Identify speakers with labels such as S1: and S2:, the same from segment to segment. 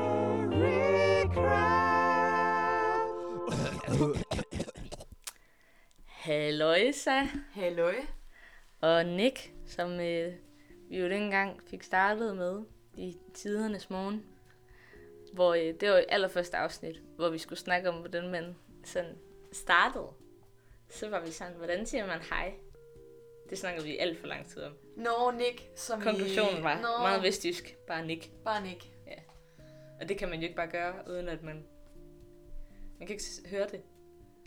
S1: Cockerick Crab.
S2: Halløjsa
S1: Halløj.
S2: og Nick, som øh, vi jo dengang fik startet med i tidernes morgen. Hvor øh, det var jo allerførste afsnit, hvor vi skulle snakke om, hvordan man sådan startede. Så var vi sådan, hvordan siger man hej? Det snakker vi alt for lang tid om.
S1: Nå, Nick, som
S2: Konklusionen
S1: i...
S2: var
S1: Nå,
S2: meget vestjysk, bare Nick.
S1: Bare Nick.
S2: Og det kan man jo ikke bare gøre, uden at man... Man kan ikke s- høre det,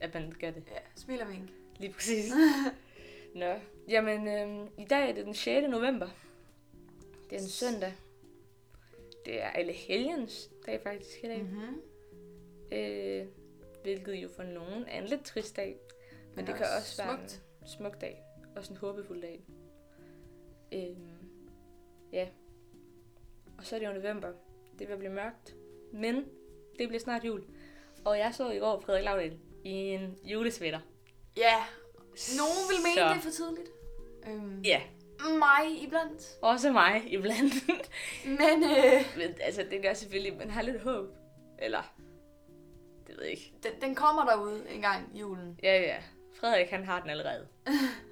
S2: at man gør det.
S1: Ja, smil og vink.
S2: Lige præcis. Nå, jamen øhm, i dag er det den 6. november. Det er en søndag. Det er alle helgens dag faktisk i dag.
S1: Mm-hmm.
S2: Øh, hvilket jo for nogen er en lidt trist dag. Men, Men det kan også være
S1: smukt.
S2: en smuk dag. Også en håbefuld dag. Øhm, ja. Og så er det jo november. Det vil blive mørkt. Men det bliver snart jul. Og jeg så i går Frederik Laudel i en julesvætter.
S1: Ja, nogen vil mene,
S2: Så-
S1: det er for tidligt. Øhm,
S2: Ja,
S1: Mig iblandt.
S2: også mig iblandt.
S1: Men øh,
S2: Men, altså, det gør selvfølgelig, at man har lidt håb. Eller, det ved jeg ikke.
S1: den, den kommer derude en gang, julen.
S2: Ja, ja. Frederik, han har den allerede.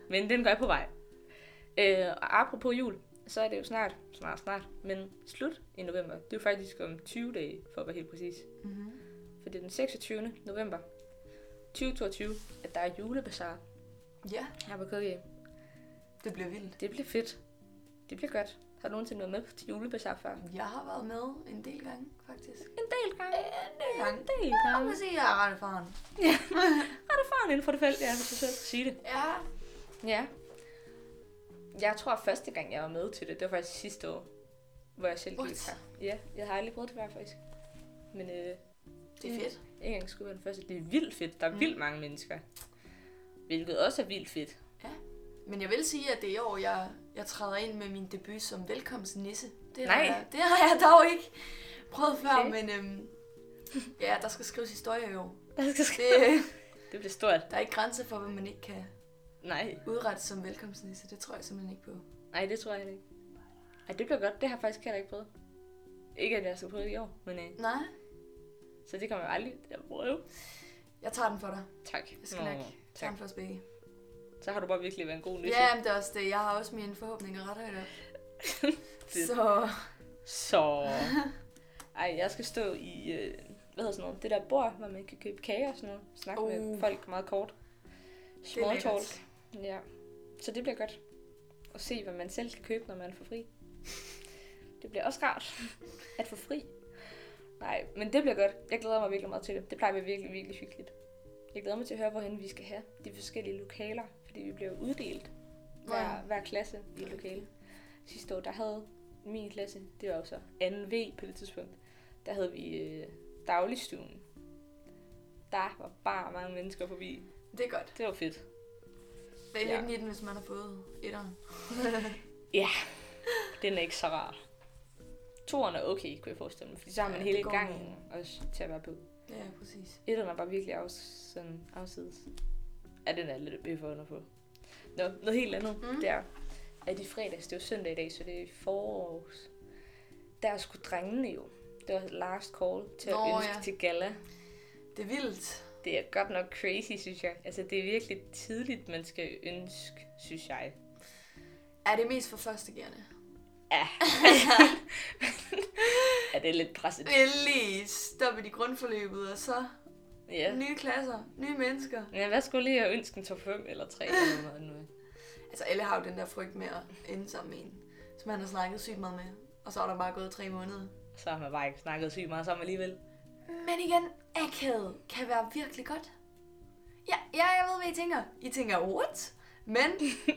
S2: Men den går på vej. Øh, og apropos jul, så er det jo snart, snart, snart, men slut i november. Det er jo faktisk om 20 dage, for at være helt præcis.
S1: Mm-hmm.
S2: For det er den 26. november 2022, at der er julebasar
S1: Ja,
S2: her på KG.
S1: det bliver vildt.
S2: Det bliver fedt. Det bliver godt. Har du nogensinde været med til julebasar før?
S1: Jeg har været med en del gange, faktisk.
S2: En del gange.
S1: del gange.
S2: En del
S1: Jeg
S2: gange.
S1: må sige, at jeg er ret erfaren.
S2: Faren inden for det felt, ja, hvis du selv skal sige det.
S1: Ja.
S2: Ja. Jeg tror, at første gang, jeg var med til det, det var faktisk sidste år, hvor jeg selv gik
S1: What?
S2: her. Ja, jeg har aldrig prøvet det før, faktisk. Men øh,
S1: Det er fedt.
S2: ikke engang skulle være den første. Det er vildt fedt. Der er
S1: Mm.
S2: mm. vildt mange mennesker. Hvilket også er vildt fedt.
S1: Men jeg vil sige, at det er i år, jeg, jeg træder ind med min debut som velkomstnisse. Det
S2: Nej.
S1: Har jeg, det har jeg dog ikke prøvet før,
S2: Okay.
S1: men øhm, ja, der skal skrives historie i år.
S2: Der skal ske.
S1: Det,
S2: Det bliver stort.
S1: der er ikke grænser for, hvad man ikke kan
S2: Nej.
S1: udrette som velkomstnisse. Det tror jeg simpelthen ikke på.
S2: Nej, det tror jeg heller ikke. Ej, det bliver godt. Det har jeg faktisk heller ikke prøvet. Ikke, at jeg skal prøve det i år, men øh,
S1: Nej,
S2: så det kommer jeg aldrig til at prøve.
S1: jeg tager den for dig.
S2: Tak.
S1: Jeg skal nok tage
S2: tak.
S1: den for os begge.
S2: Så har du bare virkelig været en god nisse.
S1: Ja, men det er også det. Jeg har også mine forhåbninger ret højt op.
S2: Fedt.
S1: Så
S2: Så... Ej, jeg skal stå i, øh, hvad hedder sådan noget, det der bord, hvor man kan købe kager og sådan noget. Snakke uh.
S1: Uh.
S2: med folk meget kort.
S1: det er
S2: Small talk.
S1: lækkert.
S2: Ja. Så det bliver godt. Og se, hvad man selv kan købe, når man får fri. Det bliver også rart at få fri. Nej, men det bliver godt. Jeg glæder mig virkelig meget til det. Det plejer at være virkelig, virkelig hyggeligt. Jeg glæder mig til at høre, hvorhen vi skal have de forskellige lokaler. Fordi vi bliver jo uddelt hver, hver klasse i et lokale. Sidste år, der havde min klasse, det var jo så 2V på det tidspunkt, der havde vi øh, dagligstuen. Der var bare mange mennesker forbi.
S1: Det er godt.
S2: Det var fedt.
S1: Vælg
S2: Ja.
S1: ja. den i den, hvis man har fået etteren.
S2: Den er ikke så rar. Toren er okay, kunne jeg forestille mig, fordi så har man
S1: Ja,
S2: ja,
S1: det
S2: hele
S1: går
S2: gangen også til at være på.
S1: Ja, præcis.
S2: Etteren er bare virkelig af, sådan afsides. Ja, den er lidt befordret på. Nå, noget helt andet.
S1: Mm.
S2: Mm. Det er, at i fredags, det er jo søndag i dag, så det er forårs. Der skulle drengene jo. Det var last call til at
S1: Nå,
S2: ønske
S1: ja.
S2: til gala.
S1: Det er vildt.
S2: Det er godt nok crazy, synes jeg. Altså, det er virkelig tidligt, man skal ønske, synes jeg.
S1: Er det mest for førstegærende?
S2: Ja. ja, det er lidt presset.
S1: vil lige stoppe i grundforløbet, og så ja.
S2: Ja.
S1: nye klasser, nye mennesker.
S2: Men hvad skulle lige at ønske en top 5 eller 3 eller noget nu?
S1: Altså, alle har jo den der frygt med at ende sammen med en, som han har snakket sygt meget med. Og så er der bare gået tre måneder.
S2: Så har man bare ikke snakket sygt meget sammen alligevel.
S1: Men igen, akavet kan være virkelig godt. Ja, ja, jeg ved, hvad I tænker. I tænker, what? Men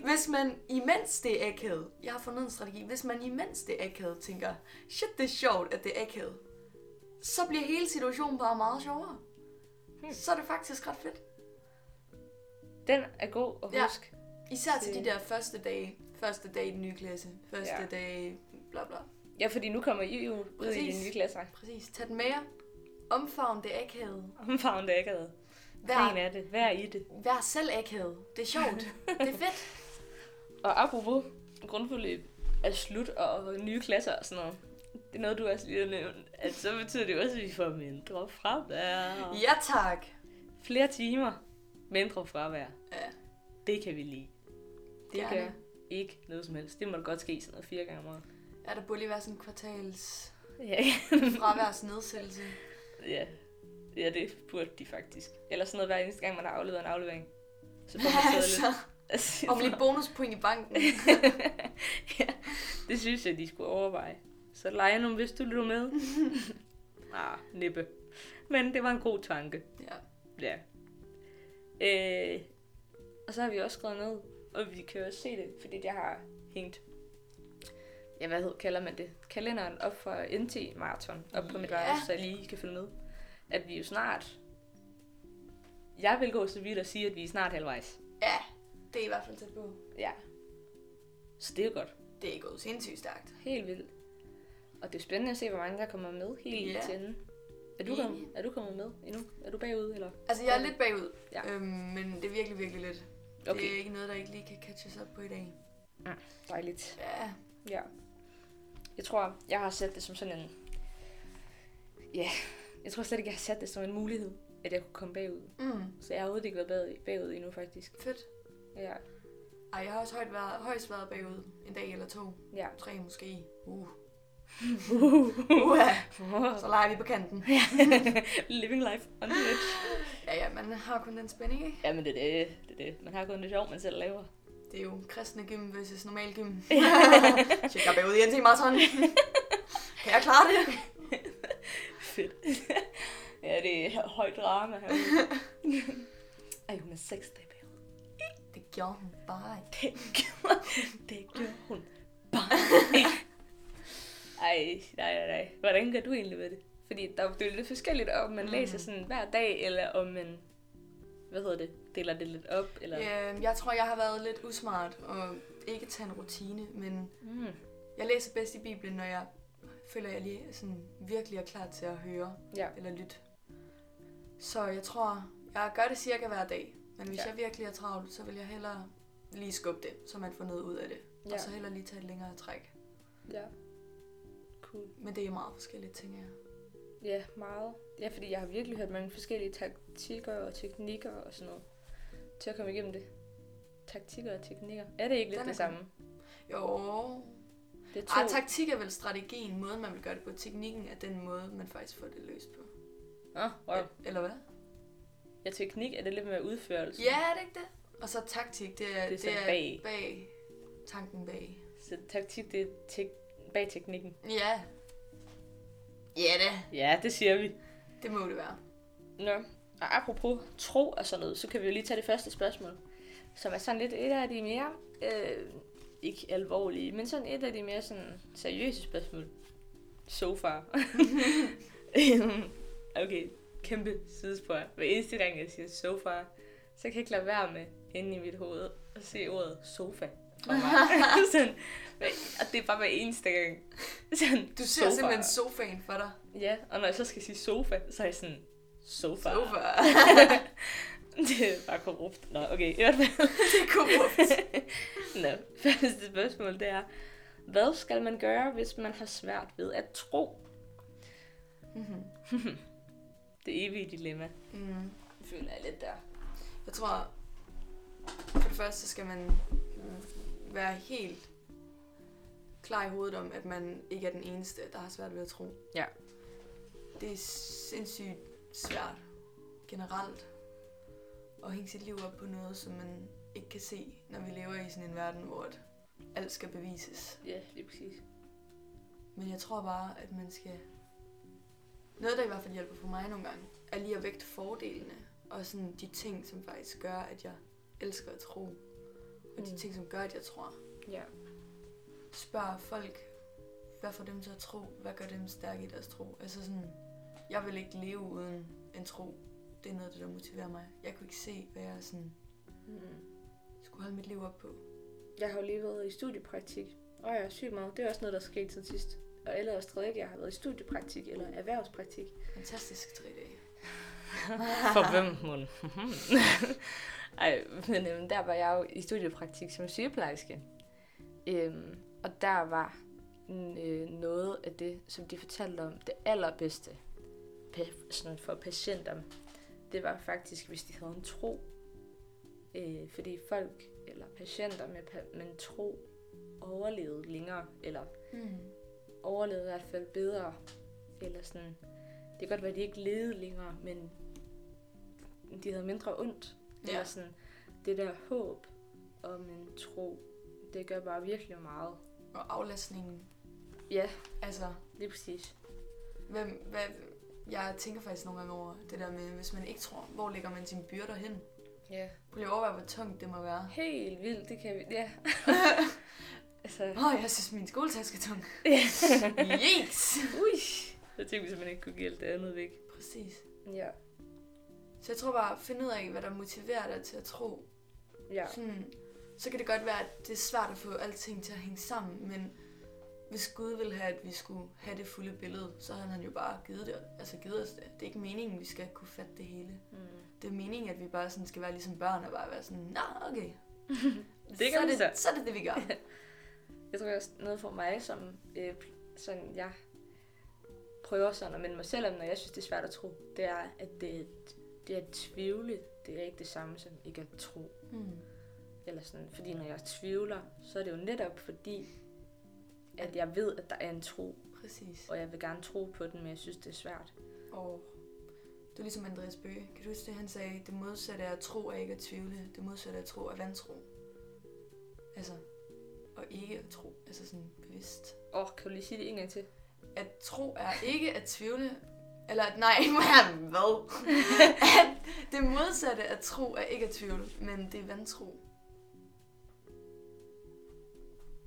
S1: hvis man imens det er akavet, jeg har fundet en strategi, hvis man imens det er akavet tænker, shit, det er sjovt, at det er akavet, så bliver hele situationen bare meget sjovere.
S2: Hmm.
S1: Så er det faktisk ret fedt.
S2: Den er god at
S1: Ja.
S2: huske.
S1: Især til
S2: Se.
S1: de der første dage. Første dag i den nye klasse. Første ja.
S2: Ja.
S1: dag, bla bla.
S2: Ja, fordi nu kommer I jo ud i
S1: Præcis.
S2: de nye klasser.
S1: Præcis. Tag den med jer. Omfavn det akavede.
S2: Omfavn det akavet. Grin
S1: Vær,
S2: af det. Vær i det.
S1: vær selv akavet. Det er sjovt. det er fedt.
S2: Og apropos grundforløb er slut og nye klasser og sådan noget. det er noget, du også lige har nævnt, at så betyder det jo også, at vi får mindre fravær.
S1: Ja tak.
S2: Flere timer, mindre fravær.
S1: Ja.
S2: Det kan vi lide. Det
S1: Gerne.
S2: kan ikke noget som helst. Det må da godt ske sådan noget fire gange om året.
S1: Ja, der burde lige være sådan en kvartals
S2: Ja.
S1: fraværsnedsættelse.
S2: ja. ja, det burde de faktisk. Eller sådan noget hver eneste gang, man har afleveret en aflevering. Så får man så lidt. Altså,
S1: om lidt bonuspoint i banken.
S2: ja, det synes jeg, de skulle overveje. Så leger nu, hvis du lytter med. ah, nippe. Men det var en god tanke.
S1: Ja.
S2: Ja. Øh, og så har vi også skrevet ned, og vi kan jo også se det, fordi jeg har hængt, ja, hvad hedder, kalder man det, kalenderen op for NT Marathon op på mit
S1: Ja.
S2: værelse, så jeg lige kan følge med. At vi jo snart, jeg vil gå så vidt og sige, at vi er snart halvvejs.
S1: ja, det er i hvert fald tæt på.
S2: Ja. Så det er jo godt.
S1: Det er gået sindssygt stærkt.
S2: Helt vildt. Og det er spændende at se, hvor mange der kommer med helt
S1: Ja.
S2: yeah. til enden. Er du,
S1: Enig.
S2: kommet, er du kommet med endnu? Er du bagud, eller?
S1: Altså, jeg er lidt bagud,
S2: Ja.
S1: øhm, men det er virkelig, virkelig lidt. Okay. Det er
S2: Okay,
S1: ikke noget, der ikke lige kan catches op på i dag.
S2: dejligt.
S1: Ja,
S2: Ja. Jeg tror, jeg har sat det som sådan en... Ja, jeg tror slet ikke, jeg har sat det som en mulighed, at jeg kunne komme bagud.
S1: mm,
S2: Så jeg har overhovedet ikke været bagud, bagud endnu, faktisk.
S1: fedt.
S2: Ja,
S1: Ej, jeg har også højt været, højst været bagud en dag eller to.
S2: ja.
S1: Tre måske. Uh. Uha, så leger vi på kanten.
S2: Living life on the edge.
S1: Ja, ja, man har kun den spænding, ikke?
S2: Jamen, det er det. det, er det. Man har kun det sjov, man selv laver.
S1: Det er jo kristne gym versus normal gym. Tjek dig bagud i NT Marathon. kan jeg klare det?
S2: Fedt. ja, det er højt drama herude. Ej, hun er seks dage bagud.
S1: Det gjorde hun bare ikke.
S2: Det gjorde, det gjorde hun bare ikke. Ej, nej, nej, nej. Hvordan gør du egentlig ved det? Fordi der, det er jo lidt forskelligt, om man
S1: Mm.
S2: læser sådan hver dag, eller om man, hvad hedder det, deler det lidt op, eller...
S1: Øhm, jeg tror, jeg har været lidt usmart og ikke tage en rutine, men
S2: Mm.
S1: jeg læser bedst i Bibelen, når jeg føler, jeg lige sådan virkelig er klar til at høre
S2: Ja.
S1: eller lytte. Så jeg tror, jeg gør det cirka hver dag. Men hvis
S2: Ja.
S1: ja. jeg virkelig er travlt, så vil jeg hellere lige skubbe det, så man får noget ud af det. Ja.
S2: Ja.
S1: Og så hellere lige tage et længere træk.
S2: ja. Cool.
S1: Men det er meget forskellige ting, jeg.
S2: Ja, meget. Ja, fordi jeg har virkelig hørt mange forskellige taktikker og teknikker og sådan noget, til at komme igennem det. Taktikker og teknikker. Er det ikke lidt
S1: Den er Ah,
S2: det samme?
S1: Jo,
S2: Det er to.
S1: Ej, taktik er vel strategien, måden man vil gøre det på. Teknikken er den måde, man faktisk får det løst på.
S2: Ah, wow.
S1: Eller hvad?
S2: Ja, teknik er det lidt mere udførelse.
S1: Ja, er det ikke det? Og så taktik, det er,
S2: Det er så
S1: det er
S2: bag.
S1: bag. Tanken bag.
S2: Så taktik, det er tek- bag teknikken.
S1: Ja. Ja da.
S2: Ja, det siger vi.
S1: Det må det være.
S2: Nå, og apropos tro og sådan noget, så kan vi jo lige tage det første spørgsmål, som er sådan lidt et af de mere, øh, ikke alvorlige, men sådan et af de mere sådan seriøse spørgsmål. So far. okay, kæmpe sidespor. Hver eneste gang, jeg siger so far, så kan jeg ikke lade være med inde i mit hoved at se ordet sofa. for mig. sådan, hver- og det er bare hver eneste gang. Sådan,
S1: Du ser sofa. simpelthen sofaen for dig.
S2: Ja, og når jeg så skal sige sofa, så er jeg sådan, sofa.
S1: Sofa.
S2: det er bare korrupt. Nå, okay, i hvert fald.
S1: det er korrupt.
S2: Nå, første spørgsmål, det er, hvad skal man gøre, hvis man har svært ved at tro?
S1: Mhm.
S2: Det evige dilemma.
S1: mm.
S2: Føler jeg lidt der.
S1: Jeg tror, for det første så skal man øh, være helt klar i hovedet om, at man ikke er den eneste, der har svært ved at tro.
S2: Ja.
S1: Det er sindssygt svært generelt at hænge sit liv op på noget, som man ikke kan se, når vi lever i sådan en verden, hvor at alt skal bevises.
S2: Ja, lige præcis.
S1: Men jeg tror bare, at man skal... Noget, der i hvert fald hjælper for mig nogle gange, er lige at vægte fordelene. Og sådan de ting, som faktisk gør, at jeg elsker at tro. Og de
S2: Mm.
S1: ting, som gør, at jeg tror.
S2: Ja.
S1: Spørg folk, hvad får dem til at tro? Hvad gør dem stærke i deres tro? Altså sådan, jeg vil ikke leve uden en tro. Det er noget, af det, der motiverer mig. Jeg kunne ikke se, hvad jeg sådan
S2: Mm.
S1: skulle holde mit liv op på.
S2: Jeg har jo lige været i studiepraktik, og jeg er syg meget. Det er også noget, der skete siden sidst. Og ellers tredje, jeg har været i studiepraktik eller erhvervspraktik.
S1: Fantastisk tre dage.
S2: For hvem, mon? Ej, men øhm, der var jeg jo i studiepraktik som sygeplejerske. Øhm, og der var n- øh, noget af det, som de fortalte om, det allerbedste pa- sådan for patienter, det var faktisk, hvis de havde en tro. Øh, fordi folk, eller patienter med, pa- med en tro, overlevede længere, eller
S1: Mm.
S2: overlevede i hvert fald bedre. Eller sådan. Det kan godt være, at de ikke levede længere, men de havde mindre ondt. Ja. Eller
S1: Ja.
S2: sådan, det der håb om en tro, det gør bare virkelig meget.
S1: Og aflastningen.
S2: Ja,
S1: Altså,
S2: lige præcis.
S1: hvem, hvad, jeg tænker faktisk nogle gange over det der med, hvis man ikke tror, hvor lægger man sine byrder hen?
S2: Ja.
S1: Prøv lige at overveje, hvor tungt det må være.
S2: Helt vildt, det kan vi. Ja. altså,
S1: Åh, oh, jeg synes, min skoletaske er tung.
S2: ja.
S1: Yes!
S2: Ui. Jeg tænkte vi simpelthen ikke kunne give alt det andet væk.
S1: Præcis.
S2: Ja.
S1: Så jeg tror bare, find ud af, hvad der motiverer dig til at tro.
S2: Ja.
S1: Sådan, så kan det godt være, at det er svært at få alting til at hænge sammen, men hvis Gud ville have, at vi skulle have det fulde billede, så havde han jo bare givet, det, altså givet os det. Det er ikke meningen, vi skal kunne fatte det hele.
S2: Mm.
S1: Det er meningen, at vi bare sådan skal være ligesom børn og bare være sådan, nå, okay.
S2: Det
S1: så,
S2: gør
S1: er
S2: vi
S1: det,
S2: så.
S1: så er det det, vi gør.
S2: Jeg tror også noget for mig, som øh, sådan, jeg prøver sådan at minde mig selv om, når jeg synes, det er svært at tro, det er, at det, det at tvivle, det er ikke det samme som ikke at tro.
S1: Hmm.
S2: Eller sådan, fordi når jeg tvivler, så er det jo netop fordi, at jeg ved, at der er en tro,
S1: Præcis.
S2: og jeg vil gerne tro på den, men jeg synes, det er svært.
S1: Og det er ligesom Andreas Bøge. Kan du huske det, han sagde? Det modsatte er at tro er ikke at tvivle. Det modsatte er at tro er vantro. Altså, og ikke at tro. Altså sådan bevidst.
S2: Åh, kan du lige sige det en gang til?
S1: At tro er ikke at tvivle. Eller at nej, man, hvad? at det modsatte af tro er ikke at tvivle, men det er vantro.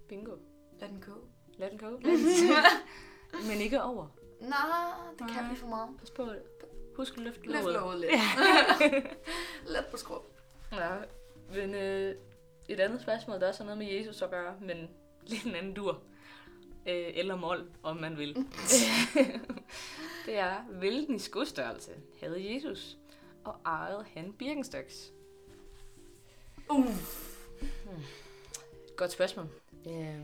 S2: Bingo.
S1: Lad den gå.
S2: Lad den gå.
S1: Nej,
S2: men ikke over.
S1: det kan
S2: Nej.
S1: blive for meget.
S2: Pas på. Husk at løfte
S1: Løft
S2: låget.
S1: låget lidt. Let på skrå.
S2: Ja, men øh, et andet spørgsmål, der også har noget med Jesus at gøre, men lidt en anden dur. Øh, eller mål, om man vil. det er, hvilken skostørrelse havde Jesus, og ejede han Birkenstocks?
S1: Uff.
S2: Godt spørgsmål. Øh,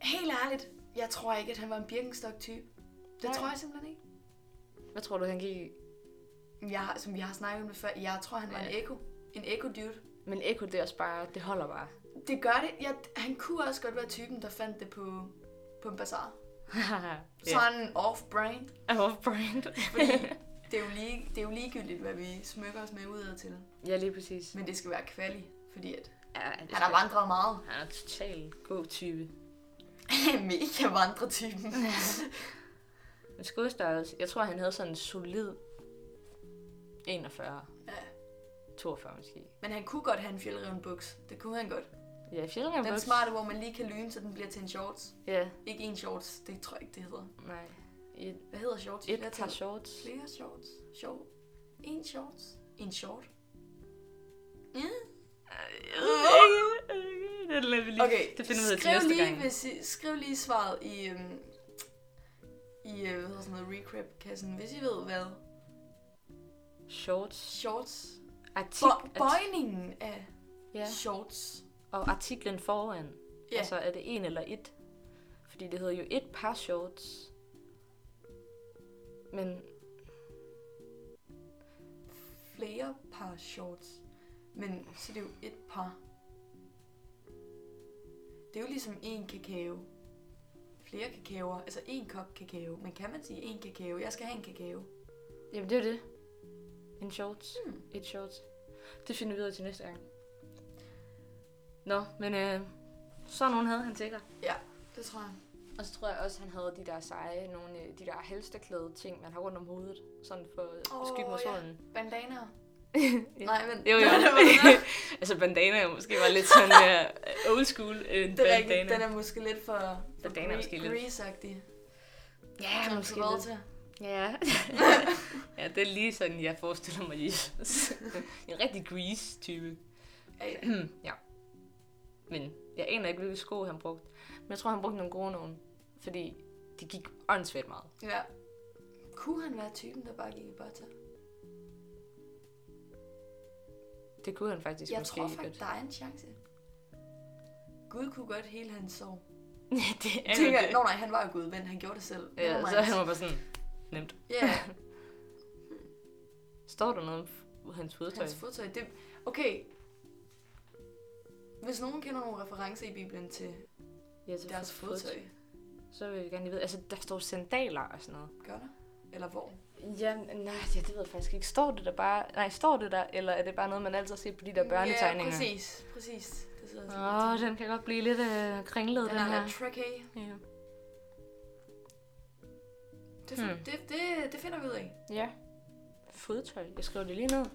S1: Helt ærligt, jeg tror ikke, at han var en Birkenstock-type. Det
S2: Nej.
S1: tror jeg simpelthen ikke.
S2: hvad tror du, han gik i?
S1: Men Jeg, har- som vi har snakket om det før, jeg tror, han var en
S2: Ja.
S1: eko. En eko-dude.
S2: Men Eko, det er også bare, det holder bare.
S1: Det gør det. Jeg, han kunne også godt være typen, der fandt det på, på en bazaar. Yeah.
S2: ja.
S1: Sådan off-brand.
S2: I'm off brand.
S1: Fordi det, er jo lige, det er jo ligegyldigt, hvad vi smykker os med udad til.
S2: ja, lige præcis.
S1: Men det skal være kvali, fordi at
S2: Ja,
S1: han har vandret meget.
S2: han er totalt god type.
S1: Mega vandretypen.
S2: Men skudstørrelse, jeg tror, han havde sådan en solid 41.
S1: Ja.
S2: 42 måske.
S1: Men han kunne godt have en fjeldreven buks. Det kunne han godt.
S2: Ja, fjellingham
S1: Den smarte, hvor man lige kan lyne, så den bliver til en shorts.
S2: Ja,
S1: Ikke en shorts, det tror jeg ikke, det hedder.
S2: nej. Et,
S1: Hvad hedder shorts?
S2: et
S1: Flertal.
S2: par shorts.
S1: Flere shorts. Short. En shorts. En short. Ja.
S2: Det lader vi lige.
S1: Okay,
S2: det finder vi ud af til
S1: skriv,
S2: næste
S1: lige,
S2: gang.
S1: Hvis I, skriv lige svaret i, øhm, i øh, hvad hedder sådan noget, recap-kassen, hvis I ved hvad.
S2: Shorts.
S1: Shorts.
S2: Artik,
S1: Bo- bøjningen af
S2: ja.
S1: shorts.
S2: Og artiklen foran.
S1: Ja.
S2: Altså, er det en eller et? Fordi det hedder jo et par shorts. Men
S1: Flere par shorts. Men så er det jo et par. Det er jo ligesom en kakao. Flere kakaoer. Altså en kop kakao. Men kan man sige en kakao? Jeg skal have en kakao.
S2: Jamen, det er jo det. En shorts.
S1: Hmm.
S2: Mm. Et shorts. Det finder vi ud af til næste gang. Nå, men øh, sådan nogen havde han sikkert.
S1: Det tror jeg.
S2: Og så tror jeg også, han havde de der seje, nogle øh, de der halsterklæde ting, man har rundt om hovedet. Sådan for at
S1: Åh,
S2: beskytte mod
S1: ja.
S2: solen.
S1: Bandanaer?
S2: Ja.
S1: Nej, vent.
S2: Jo, jo.
S1: Det var den der.
S2: altså bandana er måske var lidt sådan uh, old school en
S1: Det er rigtigt.
S2: bandana.
S1: Den er måske lidt for, for
S2: Bandana er måske lidt-
S1: grease-agtig.
S2: Ja,
S1: John
S2: måske lidt.
S1: Travolta.
S2: Ja. ja, det er lige sådan, jeg forestiller mig Jesus. en rigtig grease-type.
S1: Ja, ja.
S2: ja. Men jeg aner ikke, hvilke sko han brugte. Men jeg tror, han brugte nogle gode nogen. Fordi de gik åndssvagt meget.
S1: ja. Kunne han være typen, der bare gik i butter?
S2: Det kunne han faktisk
S1: Jeg
S2: måske
S1: tror
S2: godt.
S1: faktisk, der er en chance. Gud kunne godt hele hans sorg.
S2: Ja, det er
S1: Tænker jeg,
S2: det.
S1: nå nej, han var jo gud, men han gjorde det selv.
S2: Ja,
S1: Never
S2: så
S1: mind.
S2: han var bare sådan, nemt.
S1: Ja,
S2: Står der noget om f- hans fodtøj?
S1: hans fodtøj. Det, okay. Hvis nogen kender nogle referencer i Bibelen til
S2: Ja, til
S1: deres fodtøj,
S2: Så vil jeg gerne lige vide. Altså, der står sandaler og sådan noget.
S1: gør der? Eller hvor?
S2: Ja, nej, ja, det ved jeg faktisk ikke. Står det der bare... Nej, står det der, eller er det bare noget, man altid har set på de der børnetegninger?
S1: Ja, præcis. Præcis. Det sidder sådan
S2: Åh, oh, den kan godt blive lidt øh, kringlet,
S1: lidt.
S2: den,
S1: Den er
S2: her.
S1: lidt tricky.
S2: Ja.
S1: Det, hmm.
S2: Hmm.
S1: det, det, det finder vi ud af.
S2: ja. Fodtøj. Jeg skriver det lige ned.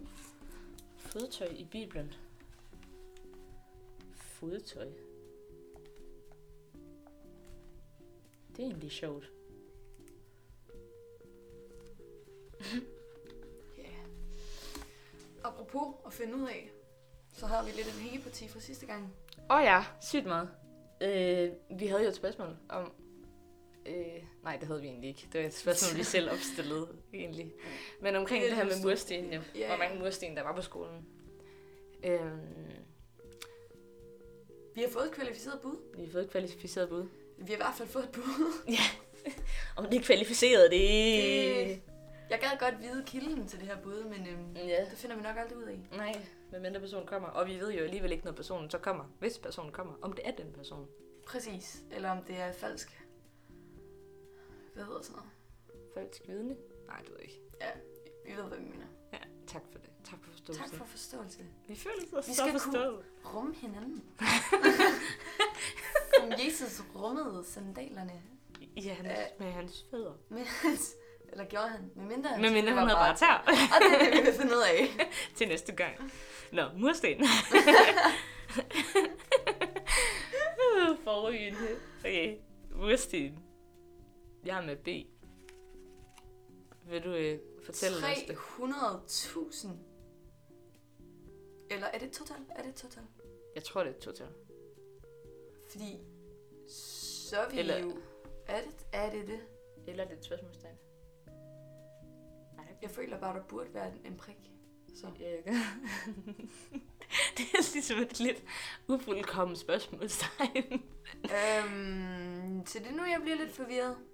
S2: Fodtøj i Bibelen. Fodtøj. Det er egentlig sjovt.
S1: Ja. Apropos at finde ud af, så havde vi lidt et hængeparti fra sidste gang.
S2: Åh oh ja, sygt meget. Øh, vi havde jo et spørgsmål om... Øh, nej, det havde vi egentlig ikke. Det var et spørgsmål, vi selv opstillede, egentlig. Men omkring det,
S1: Det er
S2: her
S1: lidt
S2: med mursten, jo.
S1: Ja,
S2: Hvor
S1: ja.
S2: mange mursten, der var på skolen. Øh,
S1: Vi har fået et kvalificeret bud.
S2: vi har fået et kvalificeret bud.
S1: Vi har i hvert fald fået et bud.
S2: Om det er kvalificeret, det...
S1: Det- Jeg gad godt vide kilden til det her bud, men øhm,
S2: Ja.
S1: det finder vi nok aldrig ud af.
S2: Nej, medmindre personen kommer. Og vi ved jo alligevel ikke, når personen så kommer. Hvis personen kommer, om det er den person.
S1: Præcis. Eller om det er falsk. Hvad hedder sådan noget?
S2: Falsk vidne? Nej, det ved jeg ikke.
S1: Vi ved, hvad vi mener.
S2: Ja, tak for det. Tak for forståelsen.
S1: Tak for forståelse.
S2: Vi føler os
S1: Vi
S2: så
S1: skal kunne-
S2: forstået.
S1: Rum hinanden. Som Jesus rummede sandalerne.
S2: Ja, han,
S1: Øh.
S2: med hans fødder.
S1: Med hans, eller gjorde han? Med mindre hans
S2: Men mindre
S1: fødder
S2: han havde bare tær
S1: Og det er det, vi vil finde ud af.
S2: til næste gang. Nå, mursten. Forrygende. Okay, mursten. Jeg er med B. Vil du øh, fortælle os det?
S1: 300.000. Eller er det et total? Er det et total?
S2: Jeg tror, det er et total.
S1: Fordi så er vi
S2: Eller-
S1: Eller... jo... Er det, er det det?
S2: Eller det er et spørgsmålstegn.
S1: Jeg føler bare, der burde være en, en prik. Så.
S2: Jeg gør. det er ligesom et lidt ufuldkommen spørgsmålstegn.
S1: øhm, så det er nu, jeg bliver lidt forvirret. Men,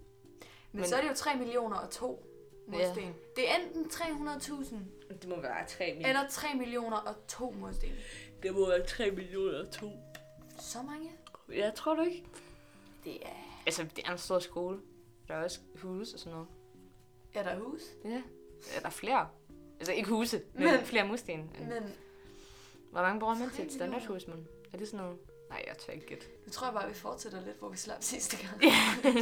S2: Men-
S1: Men... så er det jo 3 millioner og to mursten. Ja. Det er enten 300.000
S2: Det må være 3
S1: eller 3 millioner og to mursten.
S2: Det må være 3 millioner og to.
S1: Så mange?
S2: Jeg tror du ikke?
S1: Det er...
S2: Altså, det er en stor skole. Der er også huse og sådan noget.
S1: Er der hus?
S2: Ja. ja der er flere. Altså, ikke huse, men, men
S1: Men-
S2: flere mursten. Men,
S1: Men
S2: Hvor mange bruger man
S1: Tre
S2: til et standardhus, man? Er det sådan noget? Nej, jeg tør ikke gætte.
S1: nu tror jeg bare, vi fortsætter lidt, hvor vi slap sidste gang.
S2: Ja.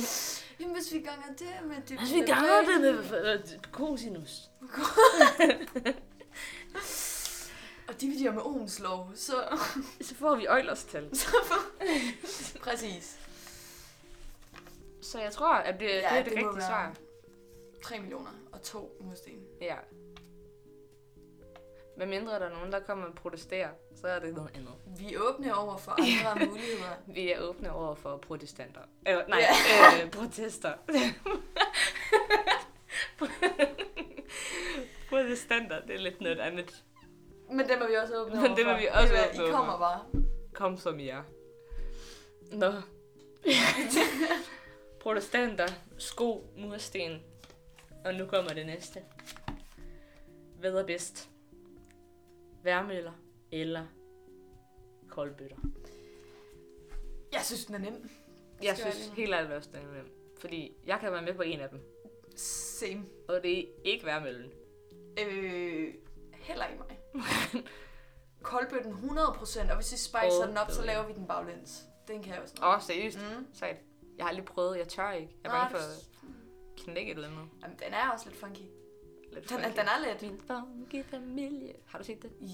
S1: Jamen, hvis vi ganger det med det...
S2: Altså, vi ganger det med cosinus.
S1: Og dividerer med Ohms lov, så...
S2: Så får vi Eulers tal.
S1: Præcis.
S2: Så jeg tror, at Øh, det, ja, det er det, det
S1: må
S2: rigtige
S1: være
S2: svar.
S1: 3 millioner og to mursten.
S2: Ja. Hvad mindre der er nogen, der kommer og protesterer, så er det noget andet.
S1: Vi er åbne over for andre muligheder.
S2: Vi er åbne over for protestanter. Øh, nej, øh, protester. protestanter, det er lidt noget andet.
S1: Men det må vi også åbne
S2: Men
S1: over
S2: det må
S1: for.
S2: vi også
S1: er,
S2: åbne over
S1: I
S2: for.
S1: kommer bare.
S2: Kom som I er. Nå. protestanter, sko, mursten. Og nu kommer det næste. Hvad er bedst? Værmøller eller koldbøtter?
S1: Jeg synes, den er nem.
S2: Jeg
S1: Skal jeg
S2: synes
S1: lige-
S2: helt ærligt også, den er nem. Fordi jeg kan være med på en af dem.
S1: Same.
S2: Og det er ikke værmøllen.
S1: Øh, heller ikke mig. Koldbøtten 100%, og hvis vi spicer
S2: Åh,
S1: den op, så
S2: bedre.
S1: laver vi den baglæns. Den kan jeg også
S2: Åh, oh, seriøst?
S1: Mm.
S2: Sejt. Jeg har aldrig prøvet, jeg tør ikke. Jeg er
S1: Nå,
S2: bange
S1: det-
S2: for at knække et eller andet.
S1: Jamen, den er også lidt funky.
S2: Lidt
S1: Den, er,
S2: funky.
S1: den er lidt.
S2: Min funky familie. Har du set det?
S1: I...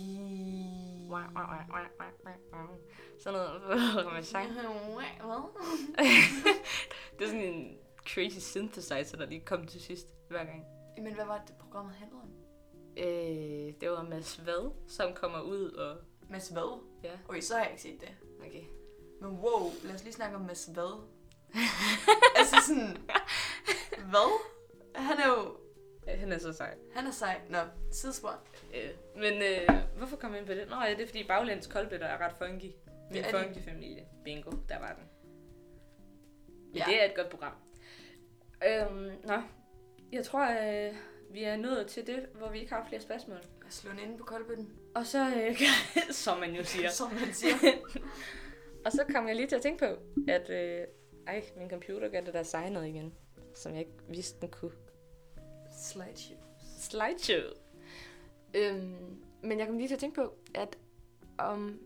S2: Wow, wow, wow, wow, wow, wow, wow. Sådan noget med sang.
S1: Hvad?
S2: Det er sådan en crazy synthesizer, der lige kom til sidst hver gang.
S1: Men hvad var det, programmet handlede om?
S2: Øh, det var Mads Vad, som kommer ud og...
S1: Mads Vad?
S2: Ja,
S1: Okay, så har jeg ikke set det.
S2: okay.
S1: Men wow, lad os lige snakke om Mads Vad. altså sådan, hvad? Han er jo,
S2: Øh, Han er så sej.
S1: han er sej. Nå, sidespor.
S2: Øh, men øh, hvorfor kom jeg ind på det? Nå ja, det er fordi baglæns koldbøtter er ret funky. Min
S1: er de.
S2: funky familie. Bingo, der var den. Men
S1: Ja.
S2: ja. det er et godt program. Øhm, nå. Jeg tror, øh, vi er nået til det, hvor vi ikke har flere spørgsmål.
S1: Jeg slår den inde på koldbøtten,
S2: Og så, øh, som man jo siger.
S1: som man siger.
S2: og så kom jeg lige til at tænke på, at øh, ej, min computer gør det der signet igen, som jeg ikke vidste, den kunne.
S1: Slideshow.
S2: slideshow. Øhm, men jeg kom lige til at tænke på, at om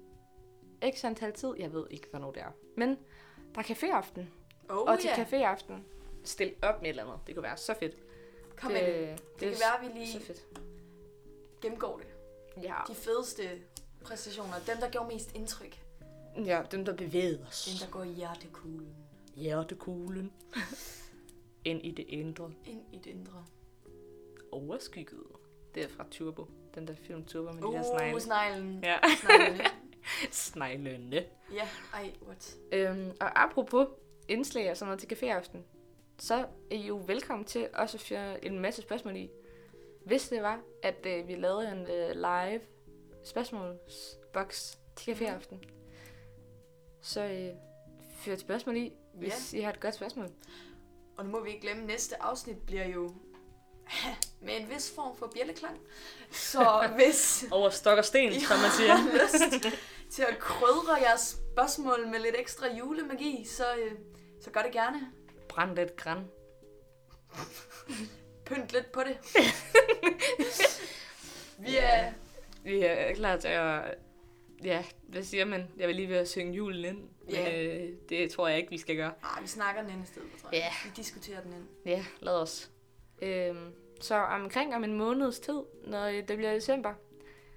S2: x antal tid, jeg ved ikke, hvornår det er, men der er caféaften.
S1: Oh,
S2: Oh, og til
S1: ja.
S2: caféaften, stil op med et eller andet. Det kunne være så fedt.
S1: Kom med det. Det kan være, at vi
S2: øh, så
S1: lige
S2: fedt.
S1: gennemgår det.
S2: Ja.
S1: De fedeste præstationer. Dem, der gjorde mest indtryk.
S2: ja, dem der bevæger
S1: Dem,
S2: os.
S1: der går i hjertekuglen.
S2: Hjertekuglen. Ind i det indre.
S1: Ind i det indre.
S2: Overskygget. Det er fra Turbo. Den der film Turbo med de der
S1: Uh,
S2: snegle.
S1: sneglen.
S2: Ja.
S1: Sneglene.
S2: Sneglende.
S1: Ja, ej, what?
S2: Øhm, og apropos indslag og sådan noget til caféaften, så er I jo velkommen til også at fjerne en masse spørgsmål i. Hvis det var, at øh, vi lavede en øh, live spørgsmålsboks til caféaften, så øh, fyr et spørgsmål i, hvis I har et godt spørgsmål.
S1: Og nu må vi ikke glemme, næste afsnit bliver jo med en vis form for bjælleklang. Så hvis
S2: Over stok og sten,
S1: som man I har lyst til at krydre jeres spørgsmål med lidt ekstra julemagi, så, øh, så gør det gerne.
S2: Brænd lidt græn.
S1: Pynt lidt på det. vi er...
S2: Vi er klar til at... Ja, hvad siger man? Jeg vil lige ved at synge julen ind,
S1: Ja.
S2: øh, det tror jeg ikke, vi skal gøre.
S1: Ah, vi snakker den anden sted, tror jeg.
S2: Ja.
S1: Vi diskuterer den anden.
S2: Ja, lad os. Øhm, så omkring om en måneds tid, når øh, det bliver december,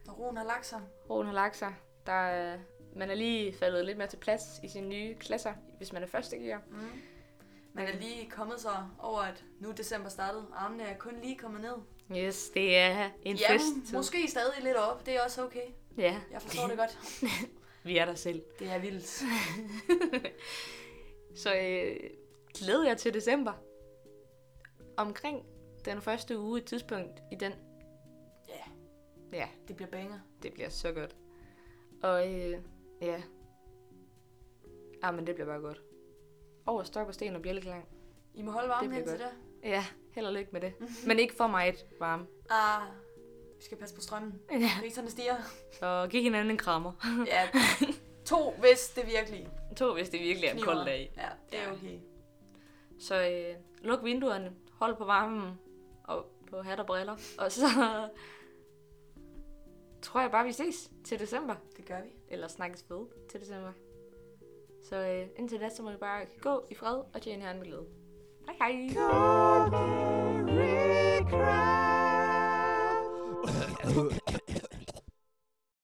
S1: Når roen har lagt sig.
S2: roen har lagt sig, der er, man er lige faldet lidt mere til plads i sine nye klasser, hvis man er første gear.
S1: Mm. Man er lige kommet sig over, at nu er december startet. Armene er kun lige kommet ned.
S2: Yes, det er en
S1: ja, måske stadig lidt op. Det er også okay.
S2: Ja,
S1: Jeg forstår det godt.
S2: vi er der selv.
S1: Det er vildt.
S2: Så øh, glæder jeg til december. Omkring den første uge, et tidspunkt i den.
S1: Ja.
S2: Ja,
S1: Det bliver banger.
S2: det bliver så godt. Og øh, ja. Ah, men det bliver bare godt. Over stok og sten og bjælleklang.
S1: I må holde varmen
S2: Det bliver
S1: indtil da.
S2: Ja, held og lykke med det. Men ikke for meget varme.
S1: Ah, vi skal passe på strømmen.
S2: Ja.
S1: Priserne stiger.
S2: Og giv hinanden en krammer.
S1: Ja. To, hvis det virkelig
S2: To, hvis det virkelig er en kold dag.
S1: Ja, det er okay.
S2: Så øh, luk vinduerne, hold på varmen og på hat og briller. Og så tror jeg bare, vi ses til december.
S1: Det gør vi.
S2: Eller snakkes ved til december. Så øh, indtil da, så må I bare gå i fred og tjene her med glæde. Hej hej!
S3: Cookie Crab.